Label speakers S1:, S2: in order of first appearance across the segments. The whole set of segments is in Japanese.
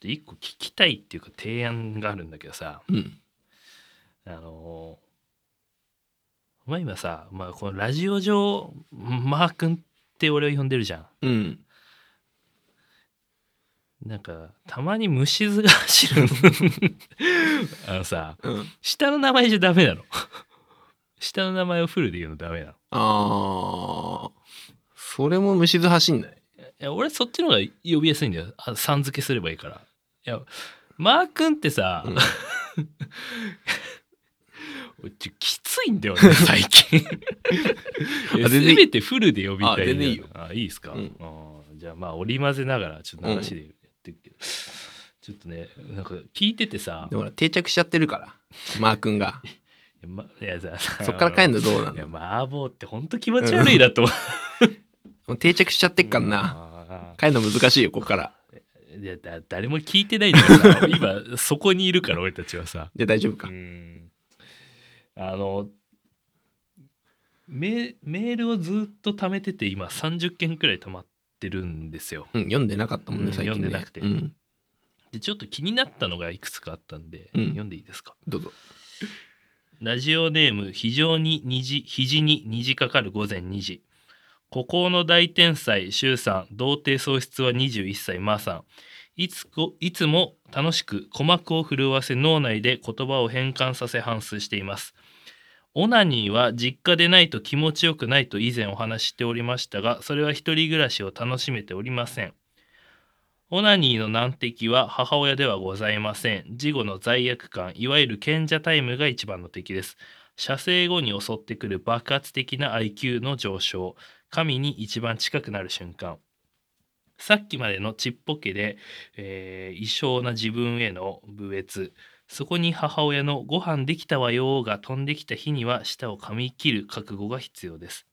S1: と一個聞きたいっていうか提案があるんだけどさ
S2: うん。
S1: あのーお前今さ、まあ、このラジオ上マー君って俺を呼んでるじゃん
S2: うん。
S1: なんかたまに虫図が走る あのさ
S2: うん。
S1: 下の名前じゃダメなの 下の名前をフルで言うのダメなの
S2: ああ。それも虫ず走んない。
S1: いや俺そっちの方が呼びやすいんだよあさん付けすればいいからいやマー君ってさ、
S2: うん
S1: 俺ちょきついんだよね最近いや せ
S2: あ全然いい
S1: めてフルで呼びたいんだ
S2: あ全然いいよ
S1: あいいですか、
S2: うん
S1: あーじゃあまあ織り交ぜながらちょっと話でやってるけど、ちょっとねなんか聞いててさ
S2: でもほら定着しちゃってるから。マー君が。
S1: いやまいやさ
S2: そっから帰る
S1: ん
S2: のどうなの
S1: いや麻婆ってほんと気持ち悪いなと思っ
S2: もう定着しちゃって
S1: て
S2: っからな。
S1: な
S2: 帰るの難しいよ、ここから。
S1: いやだ誰も聞いてないんだから さ今そこにいるから俺たちはさ
S2: じゃあ大丈夫か
S1: う。んあのメメールをずっと貯めてて今30件くらい貯まってるんですよ
S2: うん、読んでなかったもん
S1: うん
S2: ね、最近、
S1: 読
S2: ね。
S1: んでなくて
S2: うん。
S1: でちょっと気になったのがいくつかあったんで、
S2: うん
S1: 読んでいいですか
S2: どうぞ。
S1: ラジオネーム非常に虹肘に虹かかる午前2時孤高の大天才周さん童貞喪失は21歳マーさんいつこいつも楽しく鼓膜を震わせ脳内で言葉を変換させ反芻していますオナニーは実家でないと気持ちよくないと以前お話ししておりましたがそれは一人暮らしを楽しめておりませんオナニーの難敵は母親ではございません。事後の罪悪感、いわゆる賢者タイムが一番の敵です。射精後に襲ってくる爆発的な IQ の上昇、神に一番近くなる瞬間。さっきまでのちっぽけで、えー異常な自分への侮蔑。そこに母親のご飯できたわよーが飛んできた日には舌を噛み切る覚悟が必要です。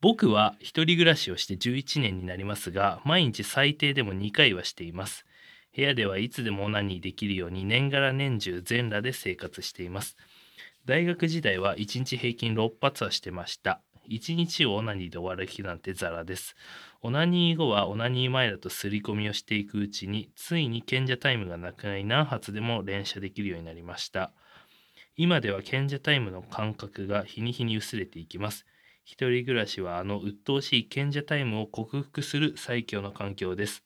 S1: 僕は一人暮らしをして11年になりますが毎日最低でも2回はしています部屋ではいつでもオナニーできるように年がら年中全裸で生活しています大学時代は1日平均6発はしてました1日をオナニーで終わる日なんてザラですオナニー後はオナニー前だと刷り込みをしていくうちについに賢者タイムがなくなり何発でも連射できるようになりました今では賢者タイムの感覚が日に日に薄れていきます一人暮らしはあの鬱陶しい賢者タイムを克服する最強の環境です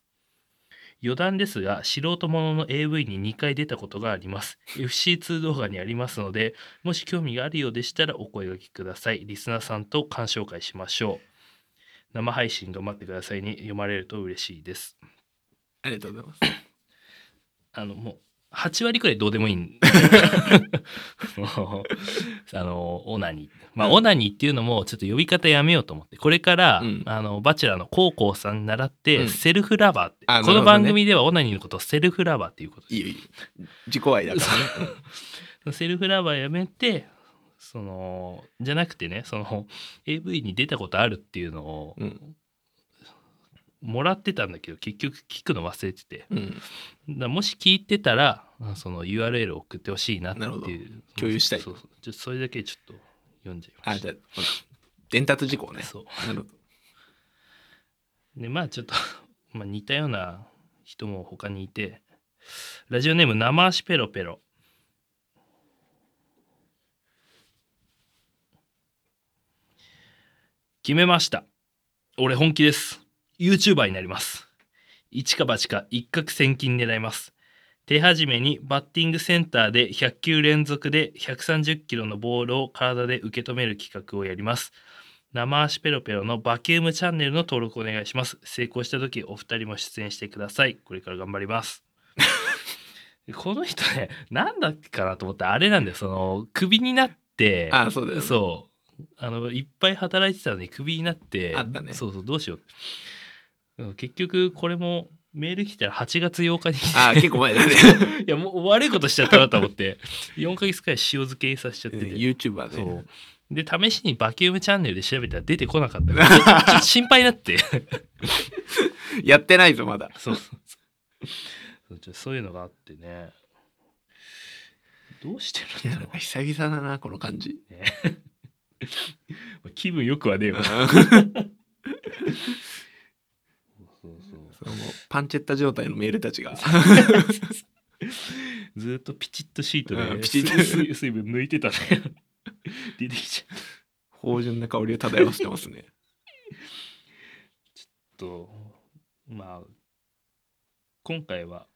S1: 余談ですが素人ものの AV に2回出たことがあります FC2 動画にありますのでもし興味があるようでしたらお声掛けくださいリスナーさんと鑑賞会しましょう生配信頑張ってくださいに読まれると嬉しいです
S2: ありがとうございます。
S1: あのもう8割くらいどうでもいい んもうあのオナニーまあオナニーっていうのもちょっと呼び方やめようと思ってこれから、
S2: うん
S1: あのバチェラーの高校さんに習って、
S2: うん
S1: セルフラバーって
S2: あ
S1: こ
S2: なる
S1: の
S2: ほどね
S1: 番組ではオナニーのことをセルフラバーっていうことです
S2: いいよ、いいよ。自己愛だからね。
S1: セルフラバーやめてそのじゃなくてねその AV に出たことあるっていうのを
S2: うん。
S1: もらってたんだけど結局聞くの忘れてて
S2: うん。
S1: だからもし聞いてたらあその URL を送ってほしいなって
S2: なるほど
S1: いう
S2: 共有したい
S1: そうそうちょそれだけちょっと読んじゃいま
S2: あ、
S1: し
S2: じ
S1: た
S2: ゃあ、ほら伝達事項ね。
S1: そう
S2: なるほど。
S1: でまあちょっと まあ似たような人も他にいてラジオネーム生足ペロペロ決めました俺本気です YouTuber になります一か八か一攫千金狙います手始めにバッティングセンターで100球連続で130キロのボールを体で受け止める企画をやります生足ペロペロのバキュームチャンネルの登録お願いします。成功した時お二人も出演してください。これから頑張ります。この人ね、なんだっけかなと思ったらあれなんだよ。その、クビになって、
S2: あ、そうだよ、ね。
S1: そう。あの、いっぱい働いてたのにクビになって、
S2: あったね
S1: そうそう、どうしよう。うん結局、これもメール来たら8月8日に来て
S2: あ、結構前だね。
S1: いや、もう悪いことしちゃったなと思 って、4ヶ月くらい塩漬けさせちゃってて。
S2: YouTuber で。
S1: そう。で、試しにバキュームチャンネルで調べたら出てこな かったから、ちょっとちょっと心配になって。
S2: やってないぞ、まだ。
S1: そうそうそうちょそういうのがあってね。どうして
S2: い
S1: るん
S2: や、
S1: だ
S2: な
S1: ろ
S2: んか久々だな、この 感じ。
S1: う。気分よくはねえわ。
S2: そ
S1: そうそう
S2: もうパンチェッタ状態のメールたちが
S1: ずーっとピチッとシートで、
S2: うんピチッと
S1: 水水水分抜いてたね 出てきちゃう
S2: 芳醇な香りを漂わせてます ね
S1: とまあ今回は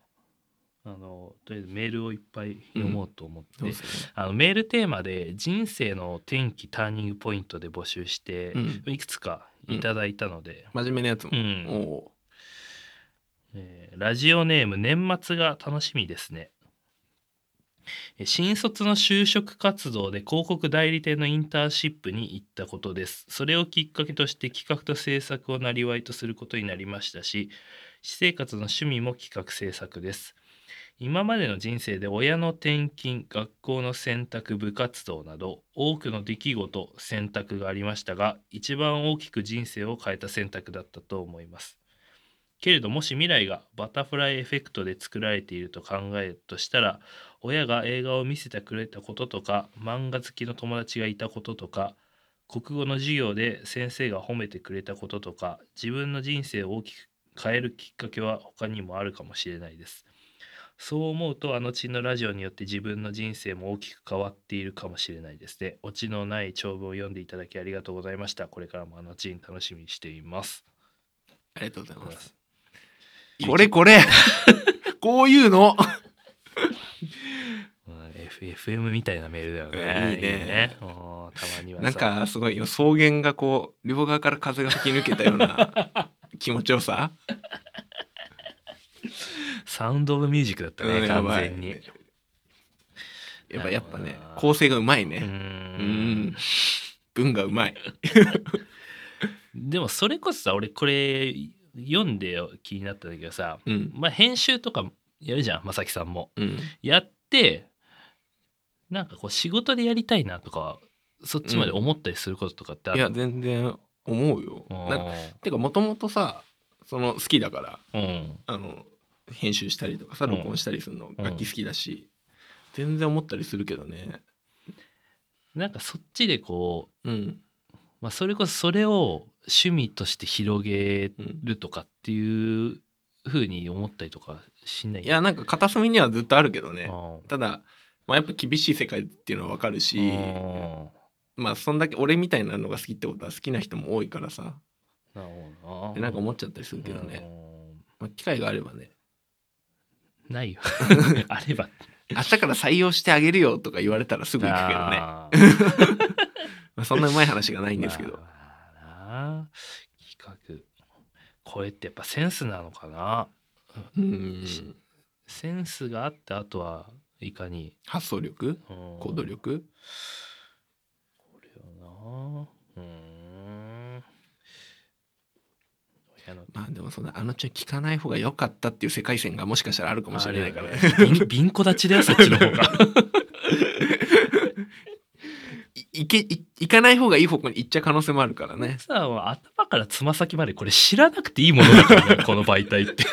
S1: あのとりあえずメールをいっぱい読もうと思って、
S2: そうですね
S1: あのメールテーマで人生の転機ターニングポイントで募集して、
S2: うん
S1: いくつかいただいたので、
S2: 真面目なやつも、
S1: うん
S2: おお
S1: えーラジオネーム年末が楽しみですねえー新卒の就職活動で広告代理店のインターンシップに行ったことですそれをきっかけとして企画と制作をなりわいとすることになりましたし私生活の趣味も企画制作です今までの人生で親の転勤学校の選択部活動など多くの出来事選択がありましたが一番大きく人生を変えた選択だったと思いますけれどもし未来がバタフライエフェクトで作られていると考えるとしたら親が映画を見せてくれたこととか漫画好きの友達がいたこととか国語の授業で先生が褒めてくれたこととか自分の人生を大きく変えるきっかけは他にもあるかもしれないです。そう思うとあのちのラジオによって自分の人生も大きく変わっているかもしれないですね。オチのない長文を読んでいただきありがとうございました。これからもあのちに楽しみにしています。
S2: ありがとうございますこれこれ こういうの
S1: うん F- FM みたいなメールだよ
S2: うん
S1: ね。
S2: いいね
S1: うんたまにはさ
S2: なんかすごいよ草原がこう両側から風が吹き抜けたような 気持ちよさ、
S1: サウンド・オブ・ミュージックだった
S2: うん
S1: ね、
S2: や
S1: 完
S2: ばい
S1: 全に。
S2: やっぱやっぱね
S1: あー
S2: 構成がうまいうねうん
S1: ん
S2: 文がうまい
S1: でもそれこそさ俺これ読んでよ気になったんだけどさ、
S2: うん
S1: まあ、編集とかやるじゃん正樹さんも。
S2: うん
S1: やってなんかこう仕事でやりたいなとかそっちまで思ったりすることとかってあ
S2: い
S1: る
S2: や全然思うよ
S1: うん
S2: なんかてかもともとさその好きだか
S1: う
S2: ら
S1: ん
S2: あの編集したりとかさ
S1: うん
S2: 録音したりするの楽器好きだし、全然思ったりするけどね
S1: なんかそっちでこ
S2: うん
S1: う、まあ、それこそそれを趣味として広げ
S2: うん
S1: るとかっていう風に思ったりとかしない
S2: いやなんか片隅にはずっとあるけど
S1: う
S2: ね
S1: ん
S2: ただ、まあ、やっぱ厳しい世界っていうのはわかるし
S1: うん
S2: まあそんだけ俺みたいなのが好きってことは好きな人も多いからさ
S1: なるほど
S2: でなんか思っちゃったりするけどね、まあ、機会があればね
S1: うんない よあれば
S2: 明日から採用してあげるよとか言われたらすぐ行くけど
S1: け
S2: ね
S1: どね
S2: まあ、そんなうまい話がないんです けど、
S1: 企画これってやっぱセンスなのかな
S2: うん
S1: センスがあってあとはいかに、
S2: 発想力
S1: うん
S2: 行動力
S1: これよなうん親の
S2: まあでもそんなあのちゃん聞かない方が良かったっていう世界線がもしかしたらあるかもしれないからね
S1: あれよねびんびんこ立ちだよそっちの方が
S2: いいけい行かない方がいい方向に行っちゃう可能性もあるからね
S1: さあ頭からつま先までこれ知らなくていいものだからねこの媒体って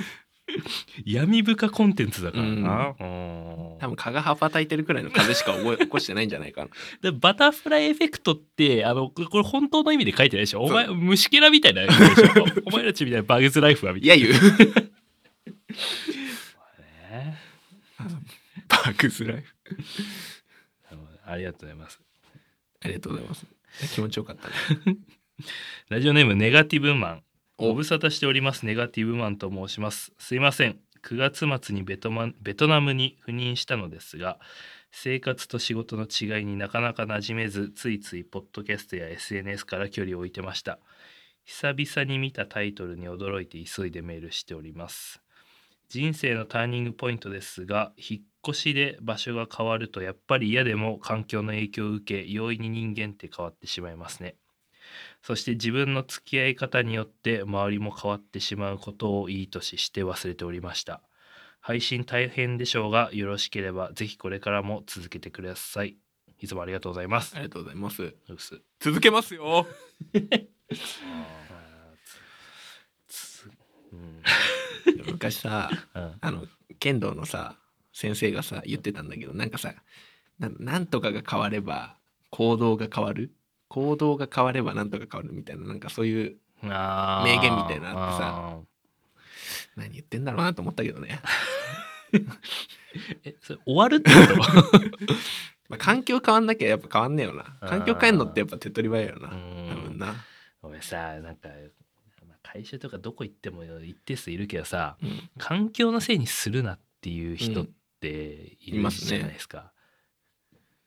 S1: 闇深コンテンツだからな、うん
S2: 多分蚊が羽ばたいてるくらいの風しか覚え起こしてないんじゃないか な
S1: でバタフライエフェクトってあのこれこれ本当の意味で書いてないでしょお前
S2: そ
S1: 虫けらみたいなやつでしょお前たちみたいなバグズライフはみた
S2: い
S1: いな
S2: や言う
S1: ね
S2: バックスライフ
S1: あのありがとうございます
S2: ありがとうございます気持ちよかったね
S1: ラジオネームネガティブマン
S2: お
S1: ご無沙汰しておりますネガティブマンと申しますすいません9月末にベトマンベトナムに赴任したのですが生活と仕事の違いになかなか馴染めずついついポッドキャストや SNS から距離を置いてました久々に見たタイトルに驚いて急いでメールしております人生のターニングポイントですが引っ越しで場所が変わるとやっぱり嫌でも環境の影響を受け容易に人間って変わってしまいますねそして自分の付き合い方によって周りも変わってしまうことをいい年して忘れておりました。配信大変でしょうが、よろしければぜひこれからも続けてください。いつもありがとうございます
S2: あ。りがとうございます
S1: うす
S2: 続けますよ
S1: つうん
S2: 昔さ
S1: うん
S2: あの剣道のさ先生がさ言ってたんだけどなんかさななんとかが変われば行動が変わる行動が変わればなんとか変わるみたいななんかそういう
S1: あー
S2: 名言みたいなのあってさ
S1: あー
S2: 何言ってんだろうなと思ったけどね。
S1: えそれ終わるってこと
S2: まあ、環境変わんなきゃやっぱ変わんねえよな。環境変えんのってやっぱ手っ取り早いよな。
S1: う
S2: 多
S1: ん
S2: 分な。
S1: 俺さなんかまあ会社とかどこ行っても一定数いるけどさ
S2: うん
S1: 環境のせいにするなっていう人
S2: う
S1: っ
S2: ん
S1: てい
S2: い
S1: る
S2: ますね
S1: じゃないですか、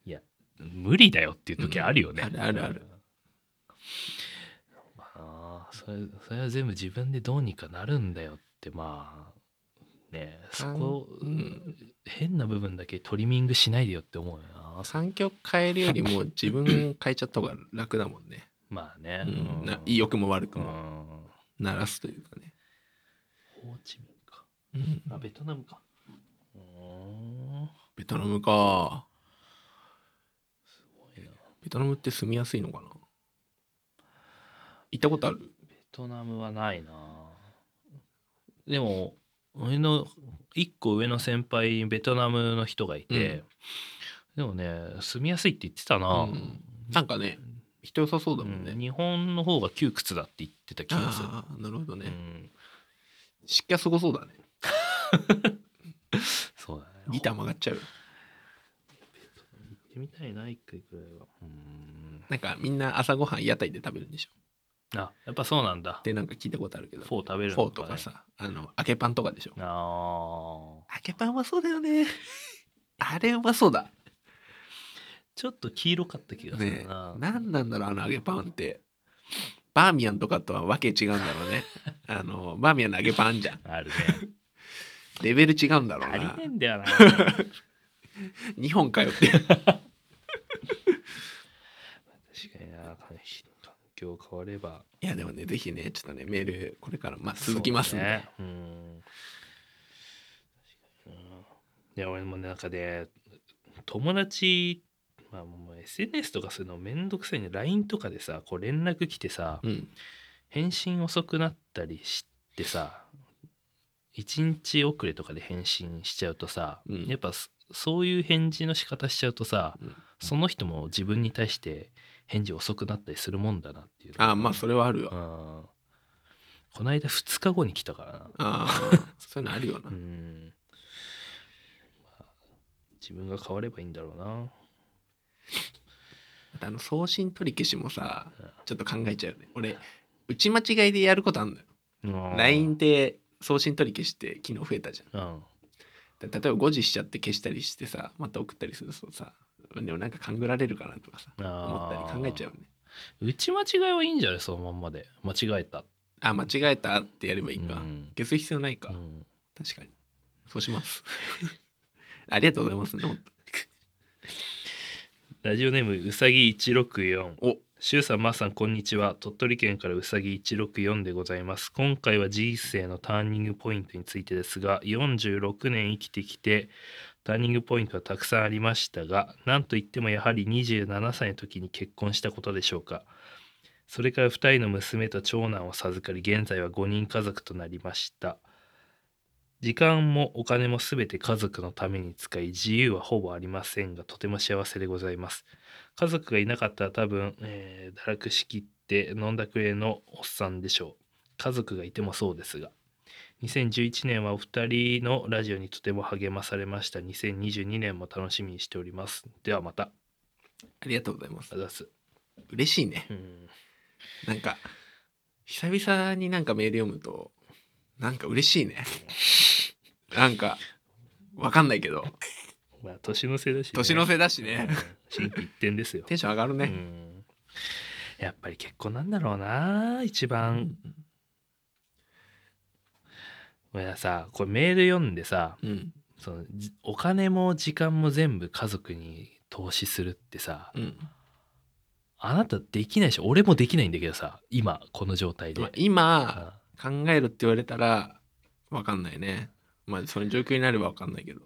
S1: いや無理だよっていう時あるよね、
S2: うんあるあるある
S1: あーそれそれは全部自分でどうにかなるんだよってまあねそこ、
S2: うん
S1: 変な部分だけトリミングしないでよって思うよな
S2: 環境変えるよりも自分変えちゃった方が楽だもんね。
S1: ま あね、
S2: うん
S1: うん
S2: な良くも悪く
S1: うん
S2: も鳴らすというかね。
S1: ホーチミンか
S2: うん
S1: あベトナムかうーん
S2: ベトナムか。
S1: すごいな
S2: ベトナムって住みやすいのかな行ったことある
S1: ベトナムはないなでも俺の一個上の先輩にベトナムの人がいて、でもね住みやすいって言ってたな、
S2: うんなんかね、人良さそうだもんね。
S1: うん日本の方が窮屈だって言ってた気がする、
S2: ああ、なるほど
S1: う
S2: ね。
S1: ん、
S2: 湿気はすごそうだね。
S1: そうだね
S2: ギター曲がっちゃう。
S1: 行ってみたいな一回くらいはうん
S2: なんかみんな朝ごはん屋台で食べるんでしょ。
S1: あやっぱそうなんだ
S2: ってなんか聞いたことあるけど。
S1: フォー食べる
S2: フォ
S1: の
S2: ーと
S1: ね
S2: かさ、あの、揚げパンとかでしょ。
S1: あ
S2: 揚げパンはそうだよね。 あれうまそうだ。
S1: ーちょっと黄色かった気がす
S2: ね
S1: るな、
S2: え。なんなんだろう、あの揚げパンって。バーミヤンとかとはわけ違うんだろう ね。あの、バーミヤンの揚げパンあんじゃん。
S1: あるね
S2: レベル違うんだろう
S1: あり
S2: な
S1: ね。えんだよな
S2: 日本かよって。
S1: 確かにな環境変われば
S2: いや、でもね、ぜひね、ちょっとね、メール、これから、まあ、続きますん
S1: そう
S2: で。
S1: ねうん確かにないや俺もねなんかね友達まあもう SNS とかするのめんどくさいね LINE とかでさこう連絡来てさ、
S2: うん。
S1: 返信遅くなったりしてさ1日遅れとかで返信しちゃうとさ、
S2: うん
S1: やっぱそそういう返事の仕方しちゃうとさ、
S2: うん
S1: その人も自分に対して返事遅くなったりするもんだなっていう
S2: ああ、まあ、それはあるよ。
S1: うんこの間2日後に来たからな
S2: ああ、 そういうのあるよな
S1: う。ん、まあ自分が変わればいいんだろうな
S2: あの、送信取り消しもさ
S1: うん、
S2: ちょっと考えちゃうよね。俺、打ち間違いでやることあんのよ。
S1: うん
S2: LINE で送信取り消して、機能増えたじゃん。
S1: うん
S2: だ例えば5時しちゃって消したりしてさまた送ったりするとさでもなんか勘ぐられるかなとかさ思
S1: あ
S2: った
S1: ー
S2: り考えちゃうよね
S1: 打ち間違いはいいんじゃないそのまんまで間違えた
S2: あ間違えたってやればいいか、
S1: うん
S2: 消す必要ないか、
S1: うん
S2: 確かにそうします ありがとうございますねほんと
S1: ラジオネームうさぎ164
S2: お
S1: しゅうさんまーさんこんにちは鳥取県からうさぎ164でございます今回は人生のターニングポイントについてですが46年生きてきてターニングポイントはたくさんありましたがなんといってもやはり27歳の時に結婚したことでしょうかそれから2人の娘と長男を授かり現在は5人家族となりました時間もお金も全て家族のために使い自由はほぼありませんがとても幸せでございます家族がいなかったら多分、えー堕落しきって飲んだくれのおっさんでしょう家族がいてもそうですが2011年はお二人のラジオにとても励まされました2022年も楽しみにしておりますではまた
S2: ありがとうございます
S1: あざっす
S2: 嬉しいね
S1: うん
S2: なんか久々になんかメール読むとなんか嬉しいねなんかわかんないけど
S1: まあ年の瀬だし、ね、
S2: 年の瀬だしね
S1: うん心機一転ですよ
S2: テンション上がる
S1: う
S2: ね、
S1: んやっぱり結婚なんだろうな一番俺はさこれメール読んでさ
S2: うん
S1: そのじお金も時間も全部家族に投資するってさ
S2: うん
S1: あなたできないし俺もできないんだけどさ今この状態で、
S2: まあ今、
S1: あ
S2: 考えるって言われたら分かんないねまあその状況になれば分かんないけど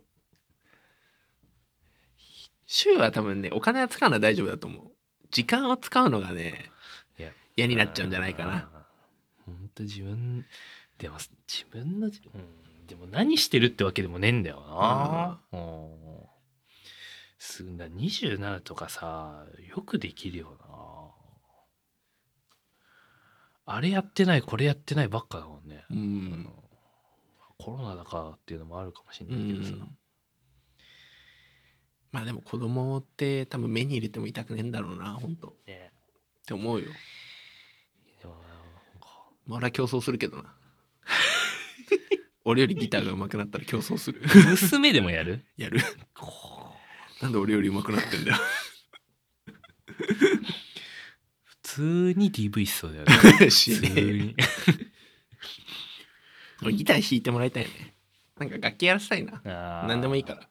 S2: 週は多分ねお金は使うのは大丈夫だと思う時間を使うのがね
S1: いや
S2: 嫌になっちゃうんじゃないかな
S1: 本当自分でも自分の、うん、でも何してるってわけでもねえんだよな、うん、すんだ27とかさよくできるよなあれやってないこれやってないばっかだもんね
S2: うん
S1: コロナだからっていうのもあるかもしれ
S2: う
S1: ないけどさ、
S2: んまあでも子供って多分目に入れても痛くねえんだろうな本当っ
S1: ね
S2: て思うよ
S1: で もなんか
S2: まあ俺は競争するけ どな俺よりギターが上手くなったら競争する
S1: 娘でもやる
S2: やるなんで俺より上手くなってんだよ
S1: 普通に DV しそうだよね
S2: 知
S1: 普
S2: らね
S1: 通
S2: え
S1: に
S2: 俺ギター弾いてもらいたいよねなんか楽器やらせたいな
S1: あー
S2: 何でもいいから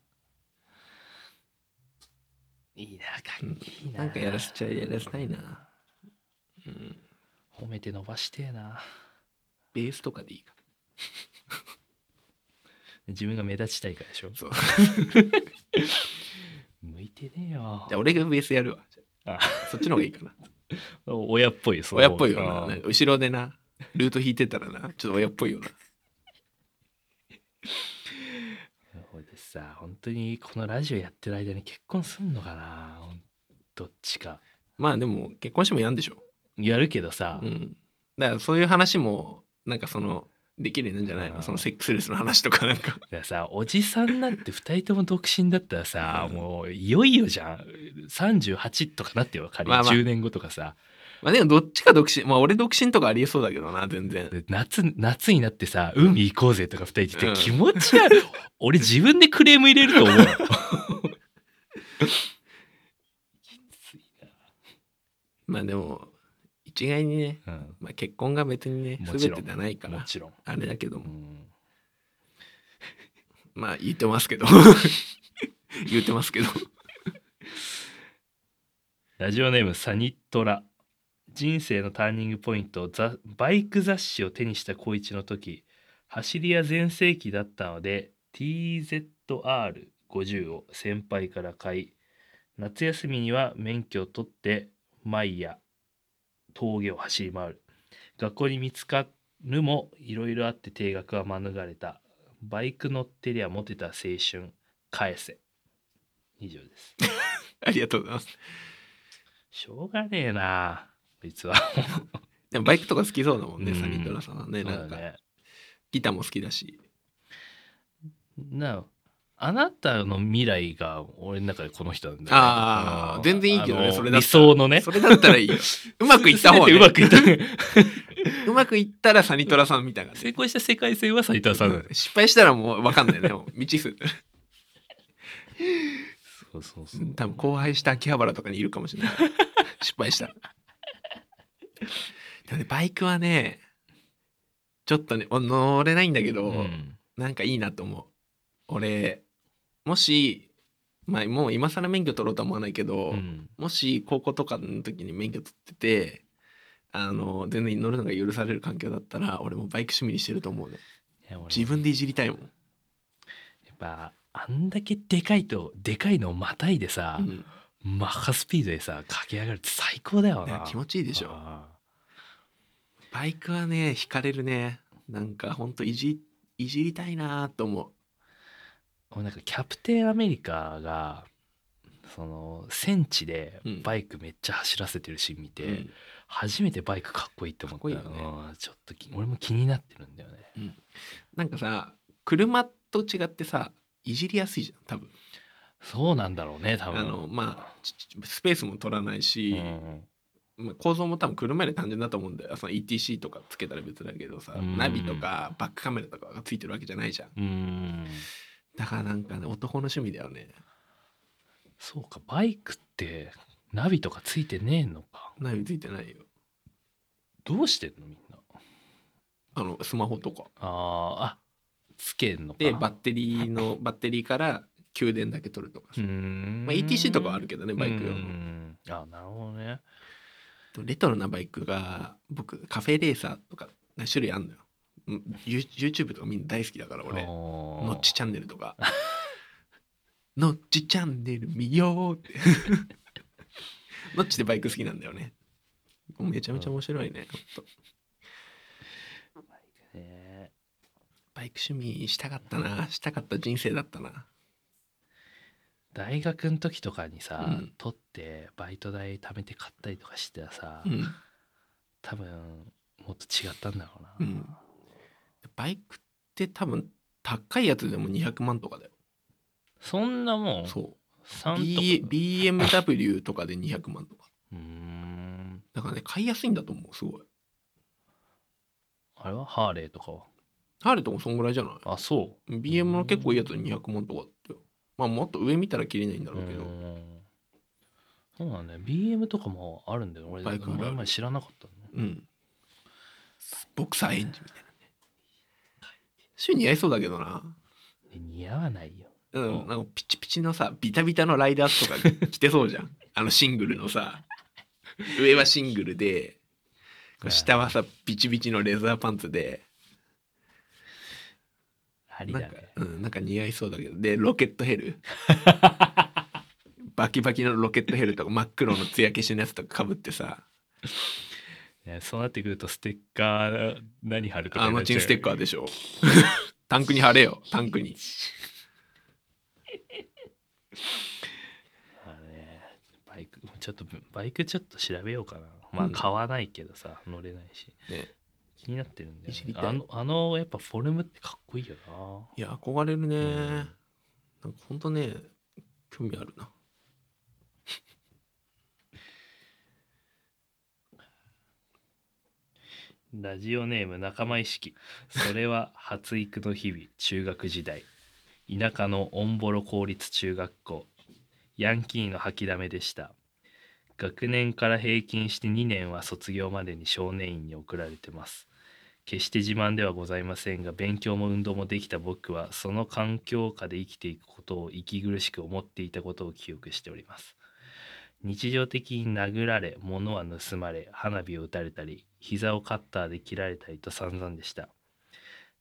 S1: いいな楽器いいな
S2: なんかやらせちゃいやらせたいなうん
S1: 褒めて伸ばしてえな
S2: ベースとかでいいか
S1: 自分が目立ちたいからでしょ
S2: そう
S1: 向いてねえよ
S2: じゃあ俺がベースやるわ
S1: あ
S2: そっちの方がいいかな
S1: 親っぽい その
S2: 親
S1: 方
S2: っぽいよ
S1: あ
S2: な
S1: ー
S2: ね後ろでなルート弾いてたらなちょっと親っぽいよな
S1: 俺さ本当にこのラジオやってる間に結婚すんのかなほんどっちか
S2: まあでも結婚してもやんでしょ
S1: やるけどさ、
S2: うんだからそういう話もなんかそのできるようになるんじゃない
S1: あー
S2: のそのセックスレスの話とかなんか
S1: だ からさおじさんなんて2人とも独身だったらさ、
S2: うん
S1: もういよいよじゃん38とかなってよ仮に
S2: まあまあ
S1: 10年後とかさ、
S2: まあでもどっちか独身まあ俺独身とかありえそうだけどな全然
S1: で夏夏になってさ海行こうぜとか2人って言
S2: うん
S1: って気持ち悪い、 俺自分でクレーム入れると思うのきつい
S2: まあでも一概にね、
S1: な、
S2: まあ、結婚が別にね
S1: もち
S2: 全
S1: ろん
S2: てじゃない
S1: うん、
S2: か
S1: も
S2: ら
S1: ちろん、
S2: あれだけど
S1: う
S2: も
S1: ん、
S2: まあ言ってます けど言ってますけど
S1: ラジオネームサニトラ人生のターニングポイントザバイク雑誌を手にした高一の時走り屋全盛期だったので TZR50 を先輩から買い夏休みには免許を取って毎夜峠を走り回る学校に見つかるもいろいろあって定額は免れたバイク乗ってりゃモテた青春返せ以上です
S2: ありがとうございます
S1: しょうがねえなこいつは。
S2: でもバイクとか好きそうだもんね、
S1: うん
S2: サニトラさんはねなんか、
S1: ね。
S2: ギターも好きだし
S1: なあ、あなたの未来が俺の中でこの人なんだよね
S2: ああ
S1: うん
S2: 全然いいけど
S1: あ
S2: ね
S1: の
S2: それだ
S1: 理
S2: ったら
S1: 想のね
S2: そ。れだった らいいようまくいった方が、
S1: 全て
S2: ね、
S1: うまくいった。
S2: うまくいったらサニトラさんみたいな、
S1: 成功した世界線は斉藤さんだね。
S2: 失敗したらもう分かんないねもう未知数
S1: そうそうそう。
S2: 多分荒廃した秋葉原とかにいるかも しれない失敗したらでもねバイクはねちょっとねお乗れないんだけど、
S1: うん
S2: なんかいいなと思う俺もしまあもう今更免許取ろうとは思わないけど、
S1: うん
S2: もし高校とかの時に免許取っててあの全然乗るのが許される環境だったら俺もうバイク趣味にしてると思うね
S1: いや俺
S2: 自分でいじりたいもん、
S1: やっぱあんだけでかいとでかいのをまたいでさ、
S2: うん
S1: マッハスピードでさ駆け上がるって最高だよ
S2: いや
S1: な
S2: 気持ちいいでしょ
S1: あ
S2: バイクはね惹かれるねなんかほんといじいじりたいなと思う
S1: ー俺なんかキャプテンアメリカがその戦地で
S2: うん
S1: バイクめっちゃ走らせてるシーン見て、
S2: うん
S1: 初めてバイクかっこいいって思った
S2: かっこいいよ
S1: うんちょっとき俺も気になってるんだよね
S2: なんかさ車と違ってさいじりやすいじゃん多分
S1: そうなんだろうね多分
S2: あのまあちちスペースも取らないし
S1: う、ん
S2: まあ、構造も多分車より単純だと思うんだよその ETC とかつけたら別だけどさ、
S1: うん
S2: ナビとかバックカメラとかがついてるわけじゃないじゃん
S1: うん
S2: だからなんかね男の趣味だよね
S1: そうかバイクってナビとかついてねえのか
S2: ナビついてないよ
S1: どうしてんのみんな
S2: あのスマホとか
S1: あーあつけんのか
S2: でバッテリーのバッテリーから給電だけ取るとかさ
S1: うーん
S2: まあ、ETC とかはあるけどねバイク用
S1: う
S2: の
S1: んあなるほどね
S2: レトロなバイクが僕カフェレーサーとか何種類あんのようんユ YouTube とかみんな大好きだから俺の
S1: の
S2: っちチャンネルとか のっちチャンネル見ようって のっちでバイク好きなんだよねめちゃめちゃ面白いねほんと
S1: ね
S2: バイク趣味したかったなしたかった人生だったな
S1: 大学の時とかにさ、
S2: うん
S1: 取ってバイト代貯めて買ったりとかしてたらさ、
S2: うん、
S1: 多分もっと違ったんだろうな、
S2: うん、バイクって多分高いやつでも200万とかだよ。
S1: そんなもん
S2: そう。
S1: 3
S2: B-
S1: とか
S2: BMW とかで200万とか。
S1: うーん
S2: だからね、買いやすいんだと思う、すごい。
S1: あれはハーレーとかは
S2: ハーレーとかそんぐらいじゃない
S1: あそう
S2: ?BM の結構いいやつ200万とかだってよ。まあ、もっと上見たら切れないんだろうけど
S1: う。ーんそうなんだよ BM とかもあるんだよ俺
S2: バイクあるある
S1: 前々知らなかったね
S2: うん。ボクサーエンジンみたいなね。シュ似合いそうだけどな。
S1: 似合わないよ
S2: うん、なんかピチピチのさビタビタのライダースとか着てそうじゃ んあのシングルのさ上はシングルでこう下はさビチビチのレザーパンツで
S1: あり
S2: な
S1: だ
S2: んか
S1: ね、
S2: うん、なんか似合いそうだけどでロケットヘ ルバキバキのロケットヘルとか真っ黒の艶消しのやつとかかぶってさ
S1: ねそうなってくるとステッカー何貼るとか
S2: アーマチンステッカ
S1: ー
S2: ーでしょ タンクに貼れよタンクに
S1: あれねバイクちょっとバイクちょっと調べようかなま
S2: う
S1: あ
S2: ん
S1: 買わないけどさ、乗れないし
S2: ね
S1: 気になってるんだよ、
S2: 知
S1: ね
S2: り、たい
S1: あのあのやっぱフォルムってかっこいいよない
S2: や憧れるね、
S1: ん
S2: なんかほんとね興味あるな
S1: ラジオネーム仲間意識それは発育の日々中学時代田舎のオンボロ公立中学校ヤンキーの吐きだめでした学年から平均して2年は卒業までに少年院に送られてます決して自慢ではございませんが勉強も運動もできた僕はその環境下で生きていくことを息苦しく思っていたことを記憶しております日常的に殴られ物は盗まれ花火を打たれたり膝をカッターで切られたりと散々でした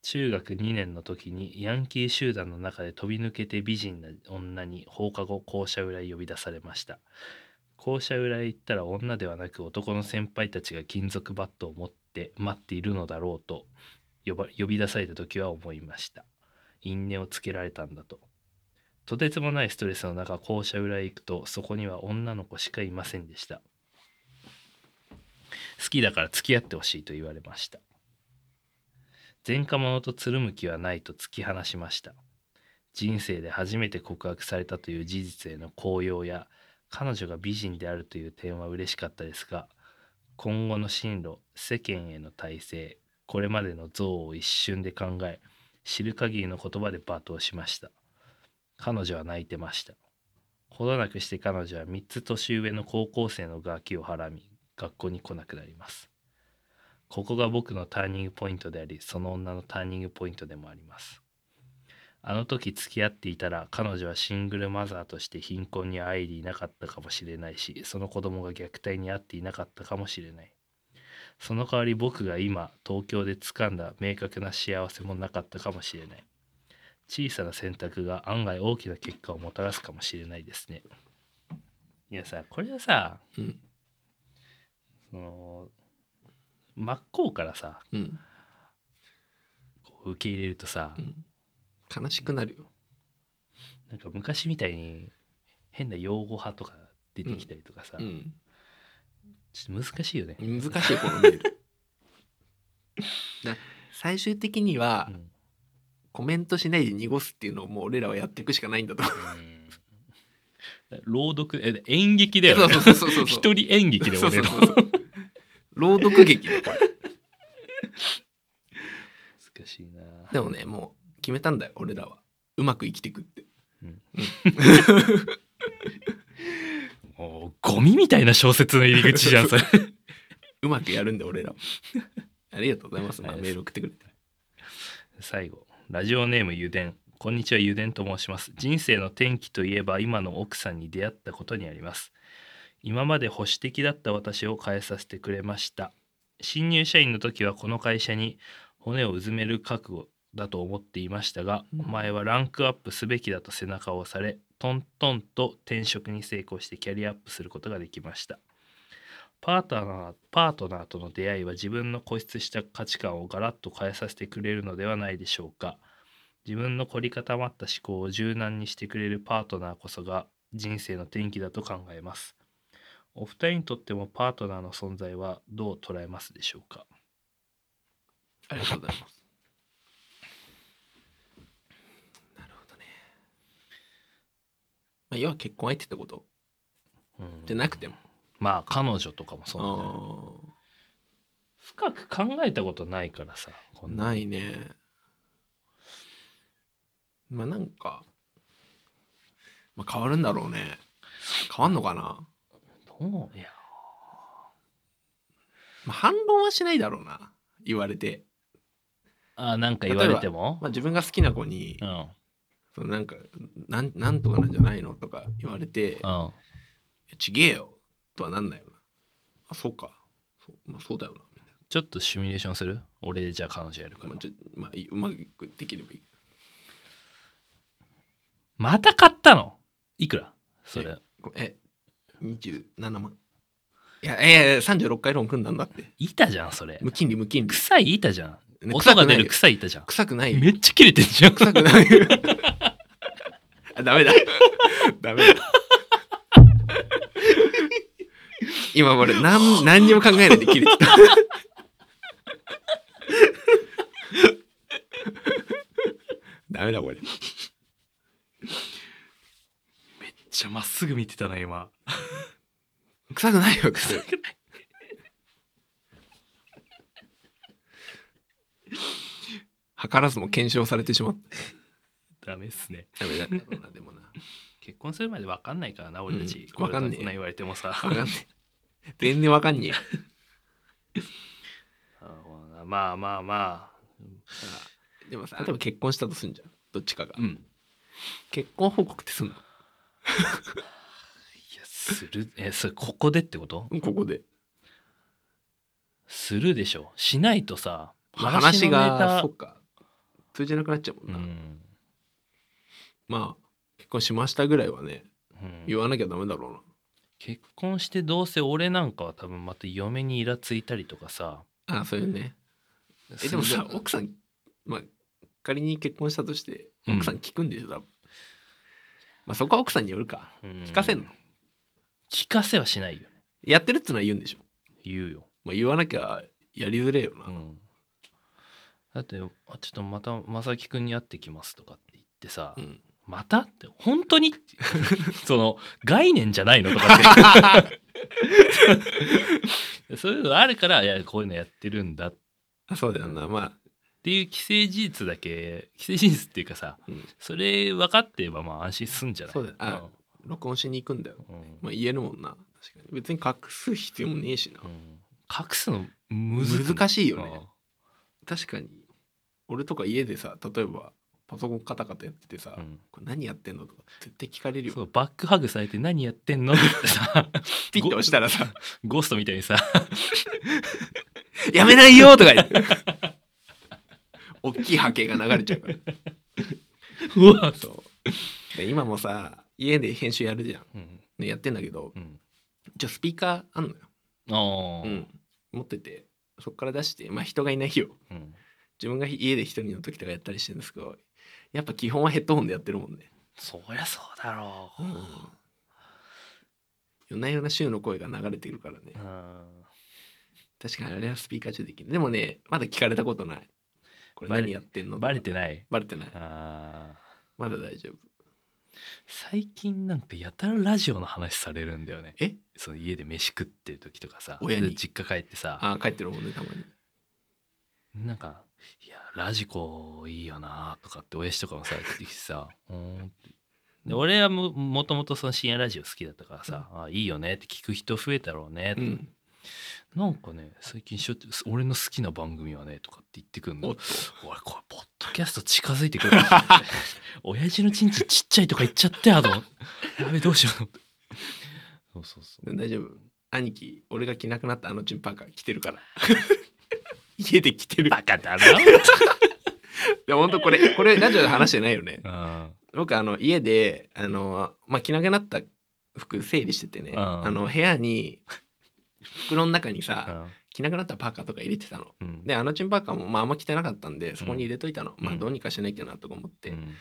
S1: 中学2年の時にヤンキー集団の中で飛び抜けて美人な女に放課後校舎裏へ呼び出されました校舎裏へ行ったら女ではなく男の先輩たちが金属バットを持って待っているのだろうと呼ば呼び出された時は思いました因縁をつけられたんだととてつもないストレスの中校舎裏へ行くとそこには女の子しかいませんでした好きだから付き合ってほしいと言われました前科者とつるむ気はないと突き放しました人生で初めて告白されたという事実への高揚や彼女が美人であるという点は嬉しかったですが今後の進路世間への体制これまでの憎悪を一瞬で考え知る限りの言葉で罵倒しました彼女は泣いてましたほどなくして彼女は3つ年上の高校生のガキをはらみ学校に来なくなりますここが僕のターニングポイントでありその女のターニングポイントでもありますあの時付き合っていたら彼女はシングルマザーとして貧困にあえいでいなかったかもしれないしその子供が虐待に遭っていなかったかもしれないその代わり僕が今東京で掴んだ明確な幸せもなかったかもしれない小さな選択が案外大きな結果をもたらすかもしれないですね。いやさこれはさ
S2: うん
S1: その真っ向からさ
S2: うん
S1: こう受け入れるとさ
S2: うん悲しくなるよ。
S1: なんか昔みたいに変な用語派とか出てきたりとかさ、
S2: うん、
S1: ちょっと難しいよね。
S2: 難しいこのメール。な最終的には
S1: うんうん
S2: コメントしないで濁すっていうのをもう俺らはやっていくしかないんだと思う。
S1: 朗読え演劇だよね。
S2: そうそう そうそう
S1: 一人演劇で
S2: そう
S1: 俺
S2: そう
S1: の
S2: そうそう朗読劇でこれ。
S1: 難しいな。
S2: でもねもう決めたんだよ俺らは。うまく生きていくって。
S1: もうゴミみたいな小説の入り口じゃんそれ。
S2: うまくやるんだ俺らは。 ありがとうございます。まあ、
S1: はい
S2: メール送ってくれて。
S1: 最後ラジオネーム油田こんにちは油田と申します人生の転機といえば今の奥さんに出会ったことにあります今まで保守的だった私を変えさせてくれました新入社員の時はこの会社に骨をうずめる覚悟だと思っていましたが、
S2: うん
S1: お前はランクアップすべきだと背中を押されトントンと転職に成功してキャリアアップすることができましたパートナーパートナーとの出会いは自分の固執した価値観をガラッと変えさせてくれるのではないでしょうか自分の凝り固まった思考を柔軟にしてくれるパートナーこそが人生の転機だと考えますお二人にとってもパートナーの存在はどう捉えますでしょうか
S2: ありがとうございます。まあ、要は結婚相手ってこと
S1: うん
S2: じゃなくても。
S1: まあ彼女とかもそうだね
S2: あ
S1: 深く考えたことないからさこ
S2: あ
S1: ん
S2: ないね。まあなんか、まあ、変わるんだろうね。変わんのかな、
S1: どういや
S2: まあ、反論はしないだろうな。言われて。
S1: あなんか言われても
S2: まあ、自分が好きな子に、
S1: うんうん
S2: そのなんかなん、なんとかなんじゃないのとか言われて、
S1: あ
S2: ちげえよとはなんないよな。あ、そうか。そうまあ、そうだよな。みたい
S1: ちょっとシミュレーションする俺じゃあ彼女やるか
S2: な
S1: ら
S2: まあ、ちょまあ、いいうまくできればいい。
S1: また買ったのいくらそれ
S2: ごえ、27万。いや、いやいや、36回ローン組んだんだって。
S1: 板じゃんそれ
S2: 無金利、無金利。
S1: 臭い板じゃん
S2: ね
S1: 音が出る
S2: 臭
S1: 臭い板じゃん
S2: くないよ。
S1: めっちゃ切れてんじゃん
S2: 臭くないよ。臭くないよ あダメだ。 ダメだ。今俺何何にも考えないで切れてた。 ダメだこれ。
S1: めっちゃまっすぐ見てたな今
S2: 臭くないよ。臭
S1: 臭
S2: い
S1: くない
S2: 図らずも検証されてしまった。
S1: ダメっす ね
S2: ダメだ。ダメだでもな。
S1: 結婚するまで分かんないからな俺たち、
S2: うん
S1: これ
S2: わかんねえ
S1: こんな言われてもさ
S2: わかんねえ。全然わかんね
S1: う
S2: え。
S1: んまあまあま
S2: でもさ、例えば結婚したとすんじゃん。どっちかが
S1: あ。うん
S2: 結婚報告ってすんの
S1: いやするえそれここでってこと
S2: ここで。
S1: するでしょしないとさ
S2: まあ話
S1: のネ
S2: が、
S1: タ
S2: そっか。通じなくなっちゃうも
S1: う
S2: んな。
S1: ん、
S2: まあ、結婚しましたぐらいはね、
S1: うん
S2: 言わなきゃダメだろうな。
S1: 結婚してどうせ俺なんかは多分また嫁にイラついたりとかさ
S2: ああ、そういうね。え、でもさ、奥さん、まあ、仮に結婚したとして、
S1: うん
S2: 奥さん聞くんでしょ、多分。まあ、そこは奥さんによるか。聞かせんの、
S1: う聞かせはしないよね
S2: やってるっつのは言うんでしょ。
S1: 言うよ、
S2: まあ、言わなきゃやりづれえよな。
S1: うん、だってあちょっとまた正樹君に会ってきますとかって言ってさ、
S2: うん
S1: またって本当にって その概念じゃないのとかって そういうのあるからいやこういうのやってるんだっ
S2: あそうだよな。ま
S1: ていう既成事実だけ既成事実っていうかさ
S2: あ、うん
S1: それ分かってればまあ安心すんじゃない
S2: そうだよあ録音しに行くんだよ。
S1: うんうん
S2: まあ、言えるもんな。確かに。別に隠す必要もねえしな
S1: う。ん隠すのむず
S2: 難
S1: し
S2: しい
S1: い
S2: よね。確かに。俺とか家でさ、例えば、パソコンカタカタやっててさ、
S1: うん
S2: これ何やってんのとか、絶対聞かれるよ。
S1: そうバックハグされて何やってんのってさ
S2: ピッて押したらさ、
S1: ゴーストみたいにさ
S2: やめないよとか言って。 大きい波形が流れちゃうから。
S1: うわ
S2: そう。で今もさ、家で編集やるじゃん。
S1: うん
S2: ねやってんだけど、
S1: うん
S2: じゃスピーカーあんのよ。
S1: ああ
S2: うん。持ってて、そっから出して、まあ人がいない日を。
S1: うん
S2: 自分が家で一人の時とかやったりしてるんですけどやっぱ基本はヘッドホンでやってるもんね、
S1: そりゃそうだろう、
S2: 夜な夜な週の声が流れてるからね
S1: うん
S2: 確かにあれはスピーカーじゃできないでもねまだ聞かれたことないこれ
S1: バレ
S2: 何やってんの
S1: バレてない
S2: バレてない
S1: あー
S2: まだ大丈夫
S1: 最近なんかやたらラジオの話されるんだよね
S2: え
S1: その家で飯食ってる時とかさ
S2: 親に
S1: で実家帰ってさ
S2: あー帰ってるもんねたまに
S1: なんか「いやラジコいいよな」とかって親父とかもさ言ってきてさ 「うーんって」で俺はももともとその深夜ラジオ好きだったからさ「あいいよね」って聞く人増えたろうね、
S2: うん
S1: なんかね最近しょっちゅう俺の好きな番組はね」とかって言ってくんの
S2: おっ
S1: 俺
S2: と
S1: これポッドキャスト近づいてくる 親父のちんちんちっちゃいとか言っちゃったよと思ってやべどうしようと思ってそうそうそう
S2: 大丈夫兄貴俺が着なくなったあのチンパンカー着て るから家で着てる
S1: バカだな
S2: で本当これこれラジオで話してないよね
S1: うん
S2: 僕あの家であの、まあ、着なくなった服整理しててね
S1: あ
S2: あ
S1: あ
S2: の部屋に 袋の中にさ
S1: うん
S2: 着なくなったパーカーとか入れてたの
S1: うん
S2: であのチンパーカーも、まあ、あんま着てなかったんでそこに入れといたの、
S1: ん
S2: まあ
S1: うん
S2: どうにかしなきゃなとか思って、
S1: うん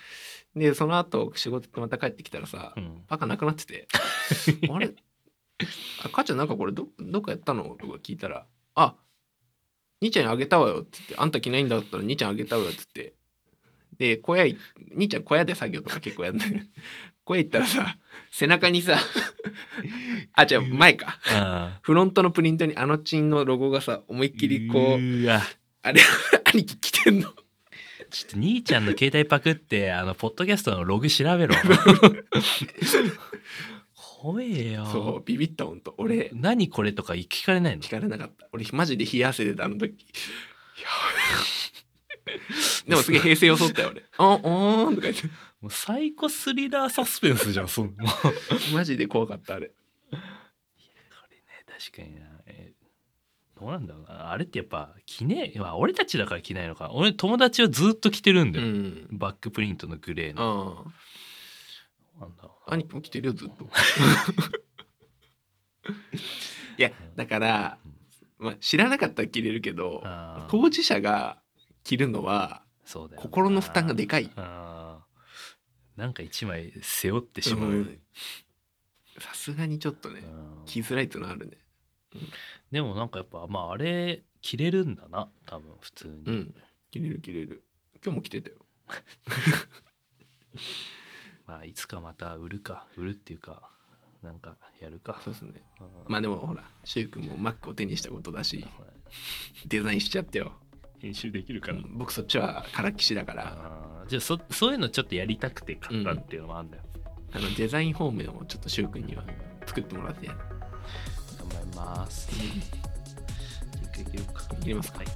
S2: でその後仕事行ってまた帰ってきたらさ、
S1: うん
S2: パーカーなくなっ ててあれあ母ちゃんなんかこれどどっかやったのとか聞いたら「あ兄ちゃんにあげたわよ」って言って「あんた着ないんだったら兄ちゃんあげたわよ」って言ってで小屋い兄ちゃん小屋で作業とか結構やんでる 小屋行ったらさ背中にさあ違う前か
S1: あ
S2: フロントのプリントにあのチンのロゴがさ思いっ
S1: ー
S2: きりこう
S1: うわ
S2: あれ兄貴着てんの
S1: ちょっと兄ちゃんの携帯パクってあのポッドキャストのログ調 べろ怖えよ
S2: そうビビったほんと俺
S1: 何これとか聞かれないの
S2: 聞かれなかった俺マジで冷や汗出たあの 時いやでもすげえ平成装った よ俺「おんおーん」とか言って
S1: もうサイコスリラーサスペンスじゃんそんなこれね
S2: マジで怖かったあれ
S1: 確かにな、えどうなんだろうなあれってやっぱ着ねえ、まあ、俺たちだから着ないのか俺友達はずっと着てるんだよ、
S2: ん
S1: バックプリントのグレーの
S2: ああ
S1: なんだろうな
S2: 兄貴も来てるよずっ といやだから、まあ、知らなかったら着れるけど
S1: あー
S2: 当事者が着るのは
S1: そうだよな
S2: 心の負担がでかい
S1: あーなんか一枚背負ってしまう、
S2: うんさすがにちょっとね
S1: うん
S2: 着づらいっていうのはあるね
S1: でもなんかやっぱまああれ着れるんだな多分普通に、
S2: うん着れる着れる今日も着てたよ
S1: まあいつかまた売るか売るっていうかなんかやるか
S2: そうですね
S1: うん
S2: まあでもほら柊君も Mac を手にしたことだし
S1: ほら
S2: デザインしちゃってよ
S1: 編集できるかな
S2: 僕そっちはからっきしだから
S1: あーじゃあそそういうのちょっとやりたくて買ったっていうのもあるんだよ、
S2: あのデザイン方面をちょっと柊君には作ってもらって
S1: 頑張ります一回切ろうか
S2: 切りますか
S1: はい